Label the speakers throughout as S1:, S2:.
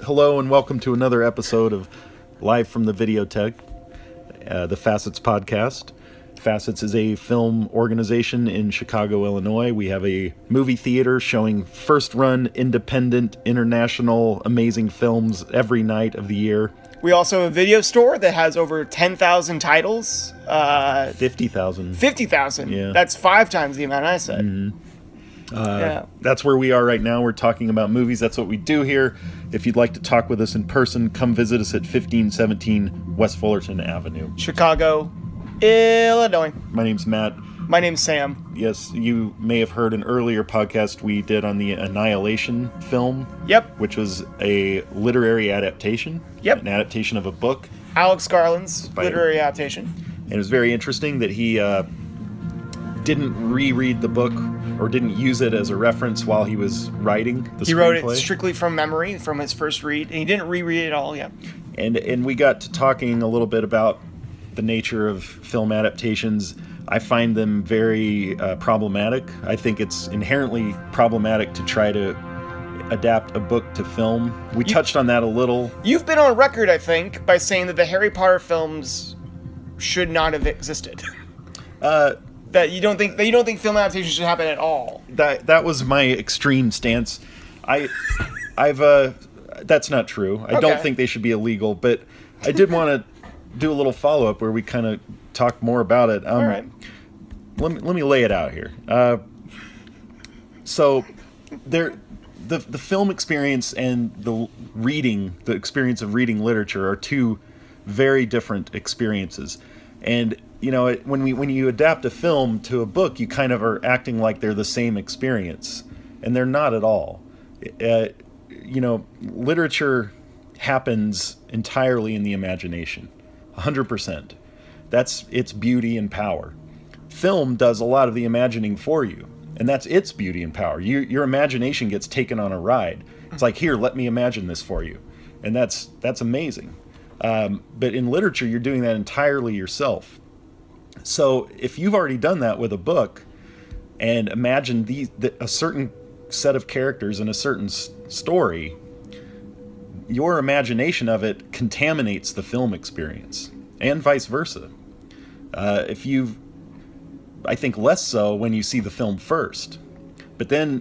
S1: Hello and welcome to another episode of Live from the Videotech, uh, the Facets podcast. Facets is a film organization in Chicago, Illinois. We have a movie theater showing first run, independent, international, amazing films every night of the year.
S2: We also have a video store that has over 10,000 titles. Uh,
S1: 50,000.
S2: 50,000.
S1: Yeah. Mm-hmm.
S2: That's five times the amount I said. yeah.
S1: That's where we are right now. We're talking about movies. That's what we do here. If you'd like to talk with us in person, come visit us at 1517 West Fullerton Avenue.
S2: Chicago, Illinois.
S1: My name's Matt.
S2: My name's Sam.
S1: Yes, you may have heard an earlier podcast we did on the Annihilation film.
S2: Yep.
S1: Which was a literary adaptation.
S2: Yep.
S1: An adaptation of a book.
S2: Alex Garland's
S1: Bye.
S2: literary adaptation.
S1: And it was very interesting that he uh, didn't reread the book or didn't use it as a reference while he was writing the
S2: He wrote it
S1: screenplay.
S2: strictly from memory from his first read, and he didn't reread it all yet.
S1: and and we got to talking a little bit about the nature of film adaptations. I find them very uh, problematic. I think it's inherently problematic to try to adapt a book to film. We touched on that a little.
S2: You've been on record, I think, by saying that the Harry Potter films should not have existed.
S1: Uh,
S2: that you don't think that you don't think film adaptations should happen at all.
S1: that that was my extreme stance. I I've uh that's not true. I don't
S2: Okay.
S1: think they should be illegal, but I did want to do a little follow up where we kind of talk more about it. Um,
S2: All right.
S1: let me let me lay it out here. Uh, so there the the film experience and the reading the experience of reading literature are two very different experiences and you know it, when we when you adapt a film to a book you kind of are acting like they're the same experience and they're not at all uh, you know literature happens entirely in the imagination 100% that's its beauty and power film does a lot of the imagining for you and that's its beauty and power you, your imagination gets taken on a ride it's like here let me imagine this for you and that's that's amazing um, but in literature you're doing that entirely yourself so if you've already done that with a book and imagined these the, a certain set of characters in a certain s- story your imagination of it contaminates the film experience and vice versa uh, if you've I think less so when you see the film first. But then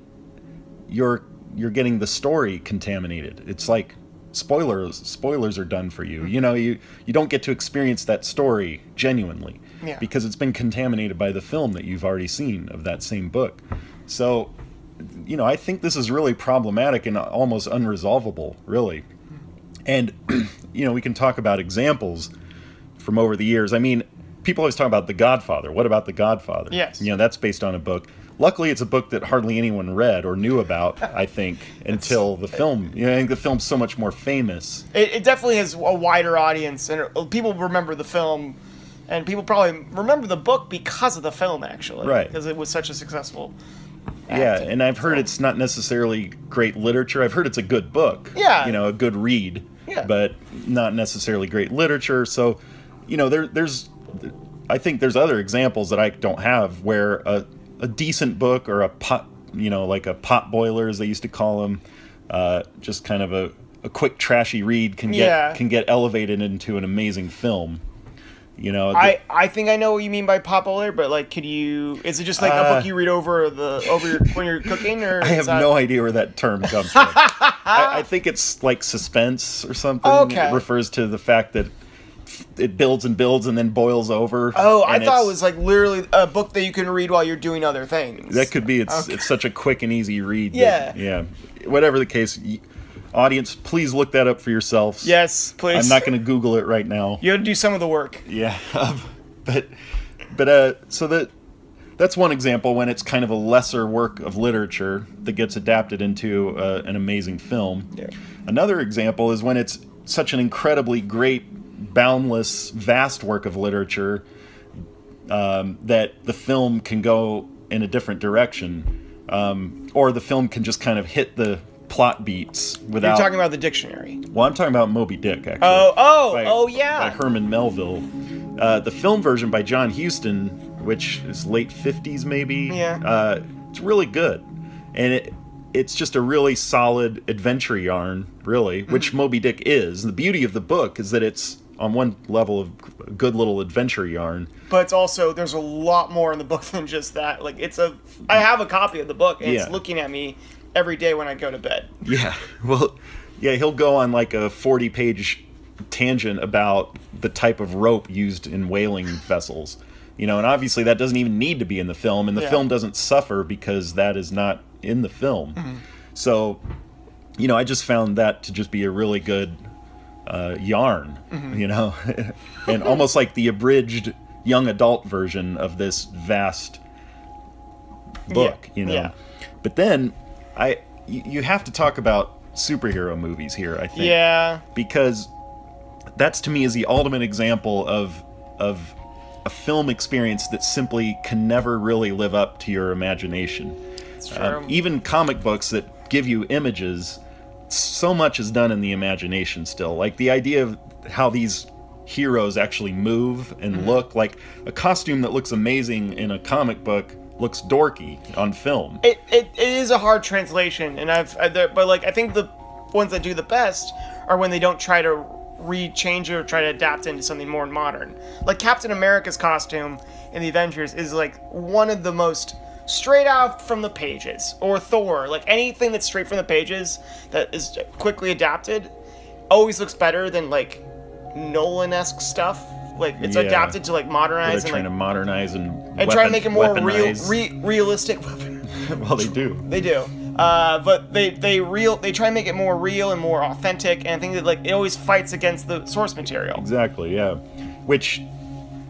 S1: you're you're getting the story contaminated. It's like spoilers spoilers are done for you. You know, you you don't get to experience that story genuinely
S2: Yeah.
S1: because it's been contaminated by the film that you've already seen of that same book. So, you know, I think this is really problematic and almost unresolvable, really. And you know, we can talk about examples from over the years. I mean, people always talk about The Godfather. What about The Godfather?
S2: Yes.
S1: You know, that's based on a book. Luckily, it's a book that hardly anyone read or knew about, I think, until the film. You know, I think the film's so much more famous.
S2: It, it definitely has a wider audience, and it- people remember the film, and people probably remember the book because of the film, actually,
S1: Right.
S2: Because it was such a successful.
S1: yeah,
S2: act.
S1: and I've heard it's not necessarily great literature. I've heard it's a good book.
S2: Yeah.
S1: You know, a good read.
S2: Yeah.
S1: But not necessarily great literature. So, you know, there there's I think there's other examples that I don't have where a, a decent book or a pot, you know, like a pot boiler as they used to call them, uh, just kind of a, a quick trashy read can get
S2: Yeah.
S1: can get elevated into an amazing film. You know,
S2: I, I think I know what you mean by popular, but like, could you? Is it just like a
S1: Uh,
S2: book you read over the over your, when you're cooking, or
S1: I
S2: is
S1: have
S2: that-
S1: no idea where that term comes from. I, I think it's like suspense or something.
S2: Okay.
S1: It refers to the fact that it builds and builds and then boils over.
S2: Oh, I
S1: and
S2: thought
S1: it's-
S2: it was like literally a book that you can read while you're doing other things.
S1: that could be. It's it's such a quick and easy read. that-
S2: Yeah.
S1: yeah. Whatever the case, y- audience, please look that up for yourselves.
S2: yes, please.
S1: I'm not going to Google it right now.
S2: You had to do some of the work.
S1: Yeah, but but uh, so that that's one example when it's kind of a lesser work of literature that gets adapted into uh, an amazing film.
S2: Yeah.
S1: Another example is when it's such an incredibly great, boundless, vast work of literature um, that the film can go in a different direction, um, or the film can just kind of hit the plot beats
S2: You're
S1: without.
S2: talking about the dictionary.
S1: well, I'm talking about Moby Dick, actually
S2: Oh, oh,
S1: by-
S2: oh, yeah.
S1: by Herman Melville. Uh, the film version by John Huston, which is late fifties maybe.
S2: Yeah.
S1: Uh, it's really good, and it it's just a really solid adventure yarn, really,
S2: Mm-hmm.
S1: which Moby Dick is. And the beauty of the book is that it's on one level of a good little adventure yarn.
S2: But it's also there's a lot more in the book than just that. Like it's a I have a copy of the book and
S1: Yeah.
S2: it's looking at me every day when I go to bed.
S1: Yeah. Well, yeah, he'll go on like a 40 page tangent about the type of rope used in whaling vessels. You know, and obviously that doesn't even need to be in the film, and the
S2: Yeah.
S1: film doesn't suffer because that is not in the film.
S2: Mm-hmm.
S1: So, you know, I just found that to just be a really good uh, yarn,
S2: Mm-hmm.
S1: you know, and almost like the abridged young adult version of this vast book, you know.
S2: yeah.
S1: But then I you, you have to talk about superhero movies here, I think.
S2: Yeah.
S1: Because that's to me is the ultimate example of of a film experience that simply can never really live up to your imagination.
S2: It's true.
S1: Um, even comic books that give you images, so much is done in the imagination still. Like the idea of how these heroes actually move and
S2: Mm-hmm.
S1: look. Like a costume that looks amazing in a comic book looks dorky on film.
S2: it, it, it is a hard translation and i've I, there- but like i think the ones that do the best are when they don't try to re-change it or try to adapt into something more modern like captain america's costume in the avengers is like one of the most straight out from the pages or thor like anything that's straight from the pages that is quickly adapted always looks better than like nolan-esque stuff like it's
S1: Yeah.
S2: adapted to like
S1: They're
S2: modernize and
S1: trying
S2: like
S1: to modernize and
S2: and try to make it more real,
S1: weaponize-
S2: re- realistic weapon.
S1: well, they do.
S2: They do. Uh, but they they real they try and make it more real and more authentic, and I think that like it always fights against the source material.
S1: Exactly. Yeah. Which,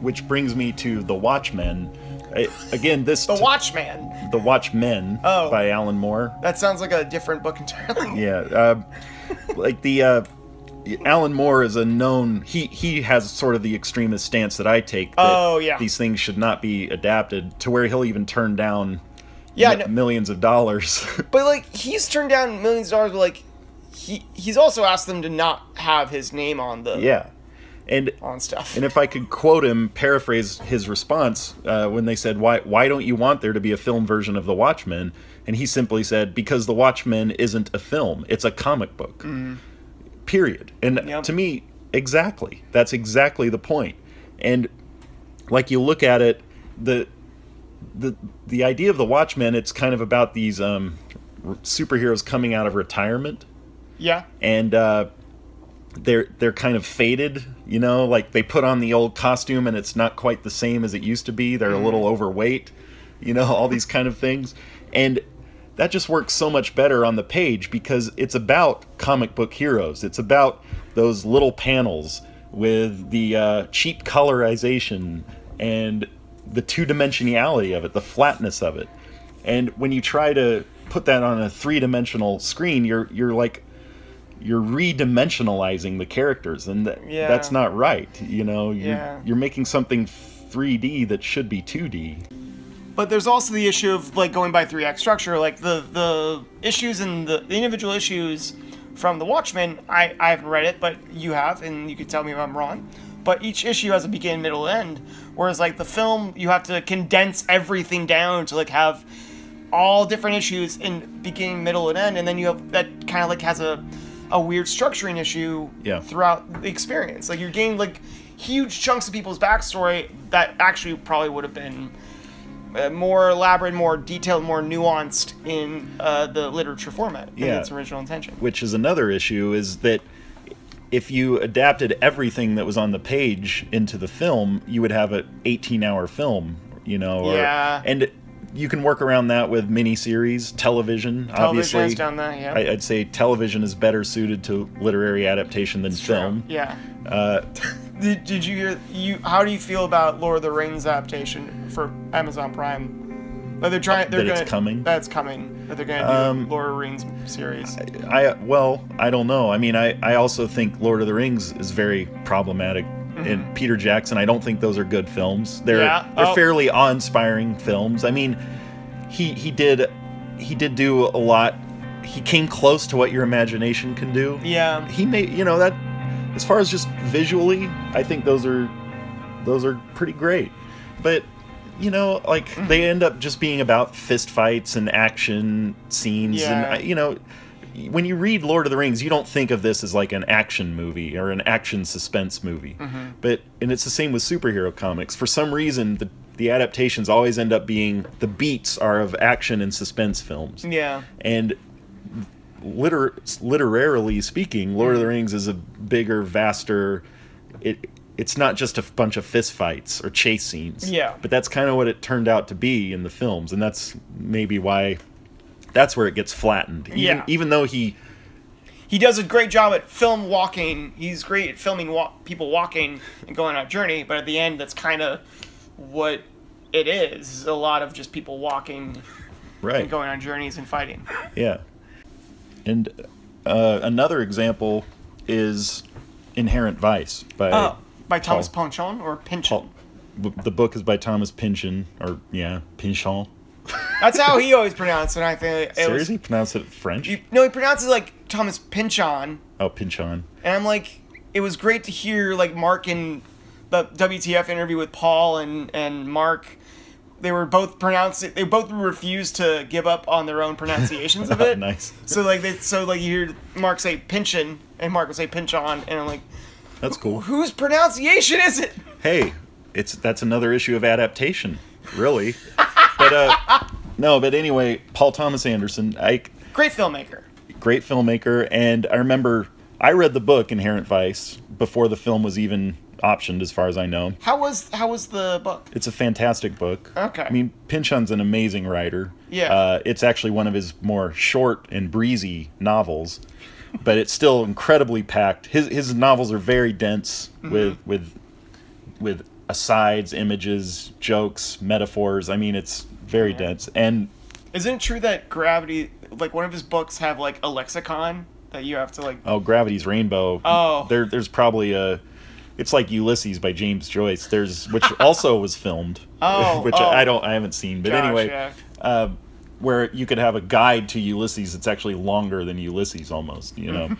S1: which brings me to the Watchmen. I, again, this
S2: The Watchman.
S1: the Watchmen
S2: Oh.
S1: by Alan Moore.
S2: That sounds like a different book entirely.
S1: Yeah, uh, like the uh, Alan Moore is a known. He he has sort of the extremist stance that I take. That
S2: Oh, yeah.
S1: these things should not be adapted to where he'll even turn down
S2: Yeah,
S1: mi-
S2: no-
S1: millions of dollars.
S2: But like he's turned down millions of dollars, but like he he's also asked them to not have his name on the
S1: yeah, and
S2: on stuff.
S1: and if I could quote him, paraphrase his response uh, when they said, "Why why don't you want there to be a film version of The Watchmen?" and he simply said, "Because The Watchmen isn't a film; it's a comic book." Period. And
S2: Yep.
S1: to me, exactly that's exactly the point. And like you look at it, the the the idea of The Watchmen, it's kind of about these um, r- superheroes coming out of retirement
S2: yeah.
S1: and uh, they're they're kind of faded, you know. Like they put on the old costume, and it's not quite the same as it used to be. They're a little overweight, you know, all these kind of things, and that just works so much better on the page because it's about comic book heroes. It's about those little panels with the uh, cheap colorization and the two dimensionality of it, the flatness of it. And when you try to put that on a three dimensional screen, you're you're like you're redimensionalizing the characters and th-
S2: Yeah.
S1: that's not right you know you're,
S2: Yeah.
S1: you're making something 3d that should be 2d
S2: But there's also the issue of like going by 3x structure, like the the issues and the, the individual issues from the Watchmen. I I haven't read it, but you have, and you can tell me if I'm wrong. But each issue has a begin, middle, end. Whereas like the film, you have to condense everything down to like have all different issues in beginning, middle, and end, and then you have that kind of like has a a weird structuring issue
S1: Yeah.
S2: throughout the experience. Like you're getting like huge chunks of people's backstory that actually probably would have been uh, more elaborate, more detailed, more nuanced in uh, the literature format in
S1: Yeah.
S2: its original intention.
S1: which is another issue is that if you adapted everything that was on the page into the film you would have an 18 hour film you know or,
S2: Yeah.
S1: and you can work around that with miniseries television,
S2: Television
S1: obviously
S2: has done that, yeah.
S1: I, i'd say television is better suited to literary adaptation than film Uh,
S2: Yeah. did, did you hear you? How do you feel about Lord of the Rings adaptation for Amazon Prime? That they're trying. They're
S1: That it's
S2: gonna,
S1: coming?
S2: That's coming. That they're gonna do
S1: Um,
S2: Lord of the Rings series.
S1: I well, I don't know. I mean, I I also think Lord of the Rings is very problematic. And Peter Jackson, I don't think those are good films. They're
S2: Mm-hmm. Yeah.
S1: they're
S2: Oh.
S1: fairly awe-inspiring films. I mean, he he did he did do a lot. He came close to what your imagination can do.
S2: yeah.
S1: Um, He made you know that as far as just visually, I think those are those are pretty great. But you know, like they end up just being about fist fights and action scenes, and
S2: Yeah.
S1: I- you know, when you read Lord of the Rings, you don't think of this as like an action movie or an action suspense movie, but and it's the same with superhero comics. For some reason, the the adaptations always end up being the beats are of action and suspense films
S2: Yeah.
S1: and liter- literarily speaking, Lord
S2: Mm.
S1: of the Rings is a bigger, vaster. It it's not just a bunch of fist fights or chase scenes.
S2: Yeah.
S1: but that's kind of what it turned out to be in the films, and that's maybe why that's where it gets flattened. Even,
S2: Yeah.
S1: even though he
S2: he does a great job at film walking. He's great at filming wa- people walking and going on a journey, but at the end, that's kind of what it is. is a lot of just people walking
S1: right
S2: and going on journeys and fighting.
S1: Yeah. And uh, another example is Inherent Vice by
S2: Oh, by Thomas
S1: Paul.
S2: Pynchon or Pynchon.
S1: Paul. The book is by Thomas Pynchon, or yeah, Pynchon.
S2: That's how he always pronounced it. I think it
S1: Seriously, pronounce it French?
S2: was. You, no, he pronounces it like Thomas Pynchon,
S1: Oh, Pinchon.
S2: and I'm like, it was great to hear like Mark in the WTF interview with Paul and and Mark. They were both pronounced. They both refused to give up on their own pronunciations of it.
S1: Oh, Nice.
S2: So like they, so like you hear Mark say pinchin and Mark would say pinch on, and I'm like,
S1: That's cool.
S2: whose pronunciation is it?
S1: Hey, it's that's another issue of adaptation, really. but uh, no, but anyway, Paul Thomas Anderson, I
S2: Great filmmaker.
S1: great filmmaker, and I remember I read the book Inherent Vice before the film was even optioned, as far as I know.
S2: How was how was the book?
S1: It's a fantastic book.
S2: Okay.
S1: I mean, Pynchon's an amazing writer.
S2: Yeah.
S1: Uh, it's actually one of his more short and breezy novels, but it's still incredibly packed. His his novels are very dense
S2: Mm-hmm.
S1: with with with asides, images, jokes, metaphors. I mean, it's very dense. And
S2: Isn't it true that Gravity, like one of his books, have like a lexicon that you have to like?
S1: oh, Gravity's Rainbow.
S2: Oh.
S1: There there's probably a it's like Ulysses by James Joyce. There's which also was filmed.
S2: Oh,
S1: which
S2: oh.
S1: I don't I haven't seen. But
S2: Gosh,
S1: anyway,
S2: yeah.
S1: um, where you could have a guide to Ulysses that's actually longer than Ulysses almost, you know.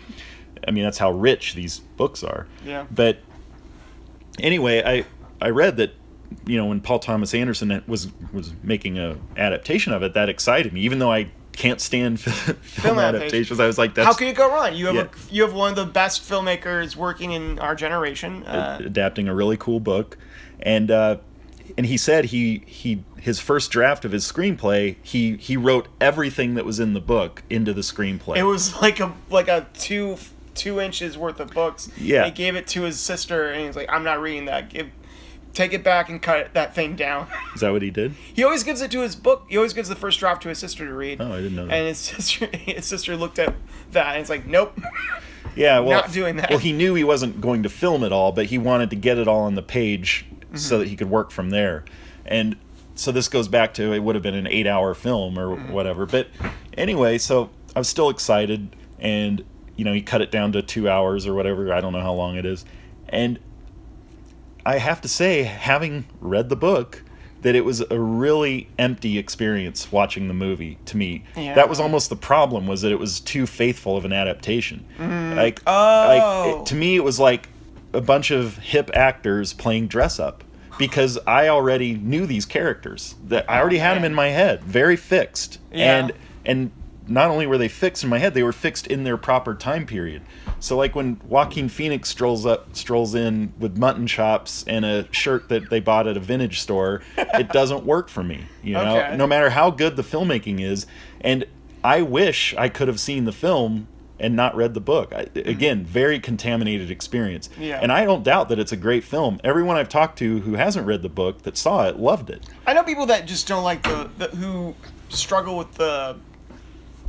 S1: I mean, that's how rich these books are.
S2: Yeah.
S1: But anyway, I I read that you know when Paul Thomas Anderson was was making a adaptation of it, that excited me even though I can't stand film,
S2: adaptation.
S1: adaptations. I was like that's
S2: How could it go wrong? You have
S1: Yeah.
S2: a, you have one of the best filmmakers working in our generation. Uh,
S1: adapting a really cool book, and uh, and he said he he his first draft of his screenplay he he wrote everything that was in the book into the screenplay.
S2: it was like a like a two two inches worth of books.
S1: Yeah.
S2: he gave it to his sister, and he's like, "I'm not reading that. Give, take it back and cut it- that thing down."
S1: Is that what he did?
S2: He always gives it to his book. He always gives the first draft to his sister to read.
S1: Oh, I didn't know that.
S2: And his sister, his sister looked at that and it's like, nope.
S1: Yeah, well,
S2: Not doing that.
S1: Well, he knew he wasn't going to film it all, but he wanted to get it all on the page
S2: Mm-hmm.
S1: so that he could work from there. And so this goes back to it would have been an eight-hour film or
S2: Mm-hmm.
S1: whatever. But anyway, so I was still excited, and you know he cut it down to two hours or whatever. I don't know how long it is, and I have to say, having read the book, that it was a really empty experience watching the movie to me.
S2: Yeah.
S1: That was almost the problem was that it was too faithful of an adaptation. Like, like
S2: Mm. Oh.
S1: it, to me, it was like a bunch of hip actors playing dress up because I already knew these characters. That I already had them in my head, very fixed,
S2: Yeah.
S1: and and not only were they fixed in my head, they were fixed in their proper time period. So like when Joaquin Phoenix strolls up, strolls in with mutton chops and a shirt that they bought at a vintage store, it doesn't work for me. You know,
S2: Okay.
S1: no matter how good the filmmaking is, and I wish I could have seen the film and not read the book. I, again, very contaminated experience.
S2: Mm-hmm. Yeah.
S1: And I don't doubt that it's a great film. Everyone I've talked to who hasn't read the book that saw it loved it.
S2: I know people that just don't like the, the who struggle with the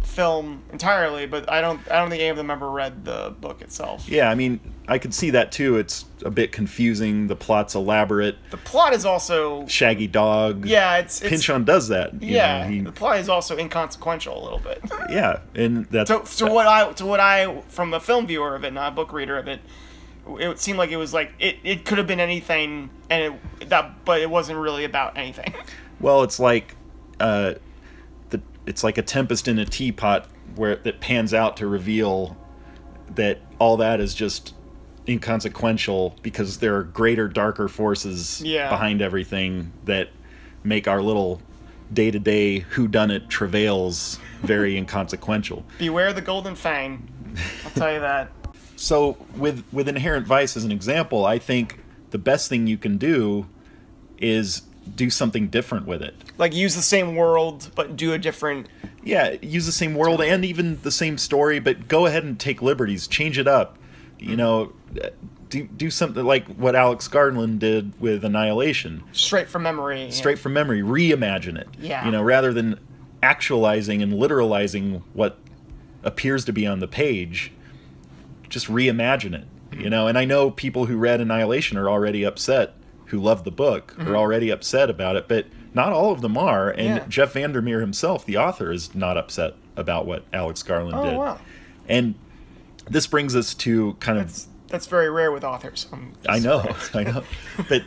S2: film entirely, but I don't I don't think any of them ever read the book itself.
S1: Yeah, I mean, I could see that too. It's a bit confusing. The plot's elaborate.
S2: The plot is also
S1: Shaggy dog.
S2: yeah, it's, it's
S1: Pinchon does that. you
S2: yeah.
S1: know,
S2: the plot is also inconsequential a little bit.
S1: he- yeah, and that's
S2: So to what I to what I from a film viewer of it, not a book reader of it, it seemed like it was like it, it could have been anything, and it that but it wasn't really about anything.
S1: well, it's like, uh, the it's like a tempest in a teapot where that pans out to reveal that all that is just inconsequential because there are greater, darker forces
S2: Yeah.
S1: behind everything that make our little day-to-day who done it travails very inconsequential.
S2: Beware the golden fang. I'll tell you that.
S1: So with with inherent vice as an example, I think the best thing you can do is do something different with it.
S2: Like use the same world, but do a different.
S1: Yeah, use the same world and even the same story, but go ahead and take liberties, change it up. You know, do do something like what Alex Garland did with Annihilation.
S2: Straight from memory.
S1: Straight from memory, reimagine it.
S2: Yeah.
S1: You know, rather than actualizing and literalizing what appears to be on the page, just reimagine it.
S2: Mm-hmm.
S1: You know, and I know people who read Annihilation are already upset who love the book are already upset about it, but not all of them are. And
S2: Mm-hmm. Yeah.
S1: Jeff Vandermeer himself, the author, is not upset about what Alex Garland
S2: Oh,
S1: did.
S2: wow.
S1: And this brings us to kind of
S2: That's, that's very rare with authors. Um,
S1: I know, I know, but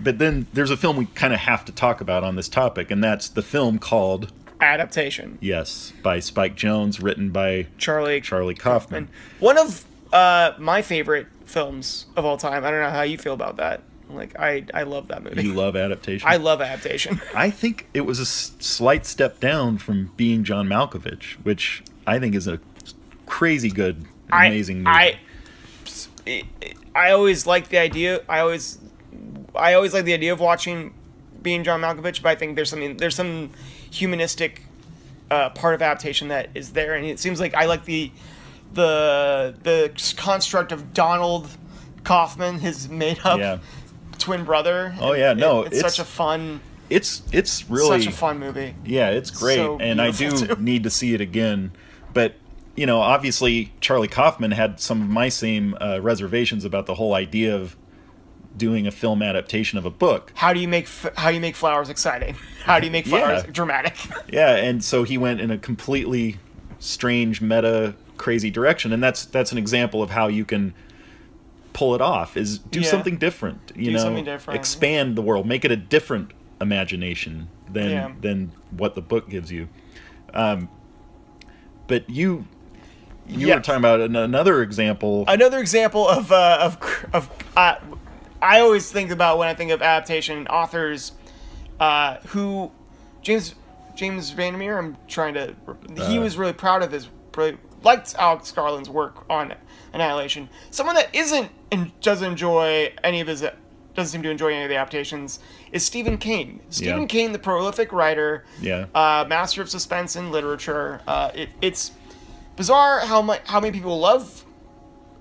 S1: but then there's a film we kind of have to talk about on this topic, and that's the film called
S2: Adaptation.
S1: Yes by Spike Jones, written by
S2: Charlie.
S1: Charlie Kaufman.
S2: One of uh, my favorite films of all time. I don't know how you feel about that. Like I, I love that movie.
S1: You love adaptation.
S2: I love adaptation.
S1: I think it was a s- slight step down from being John Malkovich, which I think is a crazy good,
S2: I-
S1: amazing
S2: I, I, I always like the idea. I always, I always like the idea of watching being John Malkovich, but I think there's something there's some humanistic uh, part of adaptation that is there, and it seems like I like the the the construct of Donald Kaufman, his made up
S1: Yeah,
S2: twin brother.
S1: Oh, yeah, no,
S2: it's,
S1: it's
S2: such a fun,
S1: it's it's really
S2: such a fun movie.
S1: yeah, it's great,
S2: so
S1: and I do
S2: beautiful, too.
S1: need to see it again. But you know, obviously, Charlie Kaufman had some of my same uh, reservations about the whole idea of doing a film adaptation of a book.
S2: How do you make f- how do you make flowers exciting? How do you make flowers
S1: Yeah.
S2: dramatic?
S1: Yeah, and so he went in a completely strange meta crazy direction and that's that's an example of how you can pull it off is do
S2: Yeah.
S1: something different you
S2: Do
S1: know
S2: something different,
S1: expand the world make it a different imagination than
S2: Yeah.
S1: than what the book gives you um but you you were
S2: Yes.
S1: talking about an, another example
S2: another example of uh, of cr- of uh, I always think about when I think of adaptation authors uh, who James James Vandermeer. I'm trying to. He
S1: Uh.
S2: was really proud of his really liked Alex Garland's work on Annihilation. Someone that isn't and doesn't enjoy any of his doesn't seem to enjoy any of the adaptations is Stephen King. Stephen
S1: Yeah.
S2: King, the prolific writer,
S1: Yeah.
S2: uh, master of suspense and literature. Uh, it, it's bizarre how much how many people love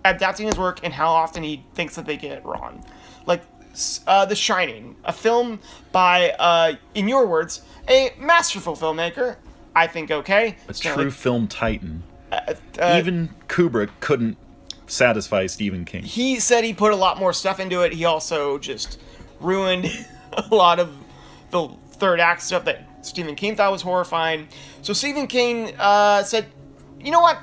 S2: adapting his work and how often he thinks that they get it wrong. Like s- uh, The Shining, a film by, uh, in your words, a masterful filmmaker. I think okay.
S1: a true film titan
S2: uh,
S1: even kubrick couldn't satisfy stephen king
S2: he said he put a lot more stuff into it. He also just ruined a lot of the third act stuff that Stephen King thought was horrifying. So Stephen King uh, said, "You know what?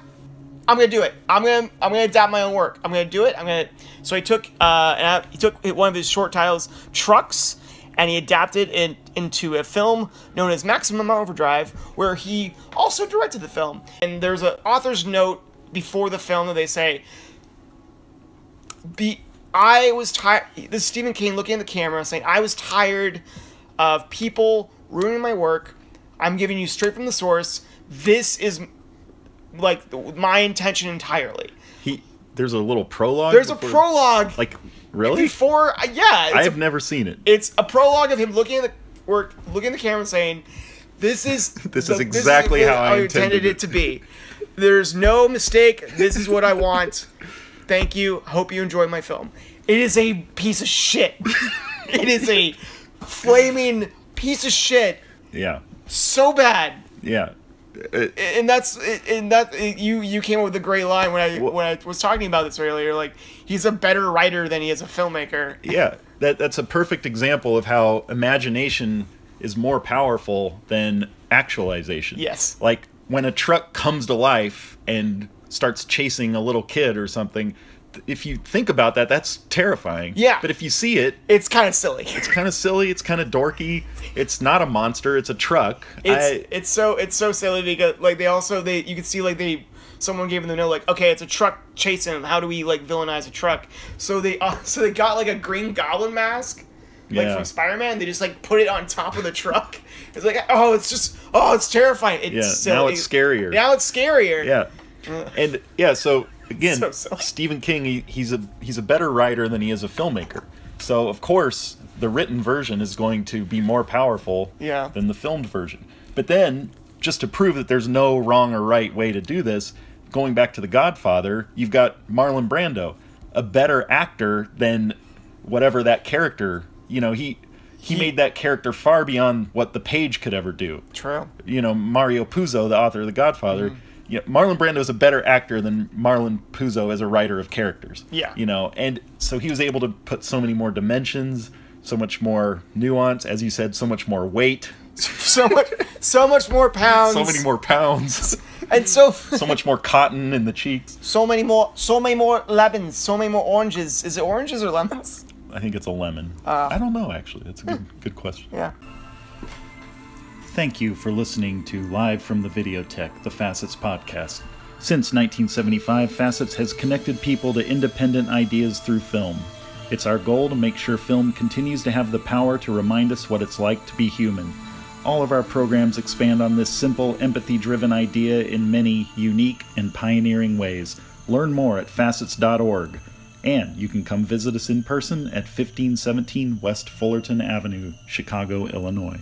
S2: I'm gonna do it. I'm gonna I'm gonna adapt my own work. I'm gonna do it. I'm gonna." So he took uh, an app- he took one of his short titles, Trucks, and he adapted it into a film known as Maximum Overdrive, where he also directed the film. And there's an author's note before the film that they say be I was tired. This is Stephen King looking at the camera saying, "I was tired of people ruining my work. I'm giving you straight from the source. This is like my intention entirely."
S1: he there's a little prologue
S2: There's a
S1: before-
S2: prologue
S1: like really
S2: before. yeah, it's
S1: I
S2: a
S1: have never seen it.
S2: it's a prologue of him looking at the work, looking at the camera, and saying, "This is
S1: This is exactly how I intended
S2: it to be. There's no mistake. This is what I want. Thank you. Hope you enjoy my film. It is a piece of shit. it is a flaming piece of shit.
S1: Yeah,
S2: So bad."
S1: yeah.
S2: and that's and that you you came up with a great line when I when I was talking about this earlier. Like he's a better writer than he is a filmmaker.
S1: yeah that that's a perfect example of how imagination is more powerful than actualization
S2: Yes.
S1: like when a truck comes to life and starts chasing a little kid or something th- if you think about that that's terrifying
S2: Yeah.
S1: but if you see it
S2: It's kind of silly.
S1: it's kind of silly it's kind of dorky it's not a monster it's a truck
S2: It's
S1: I,
S2: it's so it's so silly because like they also they you can see like they someone gave them the note like okay it's a truck chasing them how do we like villainize a truck so they uh, so they got like a green goblin mask like
S1: Yeah.
S2: from Spider-Man. They just like put it on top of the truck. It's like, oh, it's just, oh, it's terrifying. It's
S1: Yeah,
S2: so-
S1: now it's scarier.
S2: Now it's scarier.
S1: Yeah, and yeah. So again,
S2: So silly.
S1: Stephen King, he, he's a he's a better writer than he is a filmmaker. So of course, the written version is going to be more powerful
S2: Yeah.
S1: than the filmed version. But then, just to prove that there's no wrong or right way to do this, going back to The Godfather, you've got Marlon Brando, a better actor than whatever that character. You know, he. He made that character far beyond what the page could ever do
S2: True.
S1: you know Mario Puzo, the author of The Godfather. You know, Marlon Brando is a better actor than Marlon Puzo as a writer of characters.
S2: Yeah.
S1: you know, and so he was able to put so many more dimensions, so much more nuance, as you said, so much more weight,
S2: So much, so much more pounds.
S1: so many more pounds,
S2: And so,
S1: so much more cotton in the cheeks.
S2: so many more, so many more lemons, so many more oranges. Is it oranges or lemons?
S1: I think it's a lemon. I don't know actually. That's a good, good question.
S2: Yeah.
S1: Thank you for listening to Live from the Videotech, the Facets podcast. Since 1975, Facets has connected people to independent ideas through film. It's our goal to make sure film continues to have the power to remind us what it's like to be human. All of our programs expand on this simple, empathy driven idea in many unique and pioneering ways. Learn more at facets.org. And you can come visit us in person at 1517 West Fullerton Avenue, Chicago, Illinois.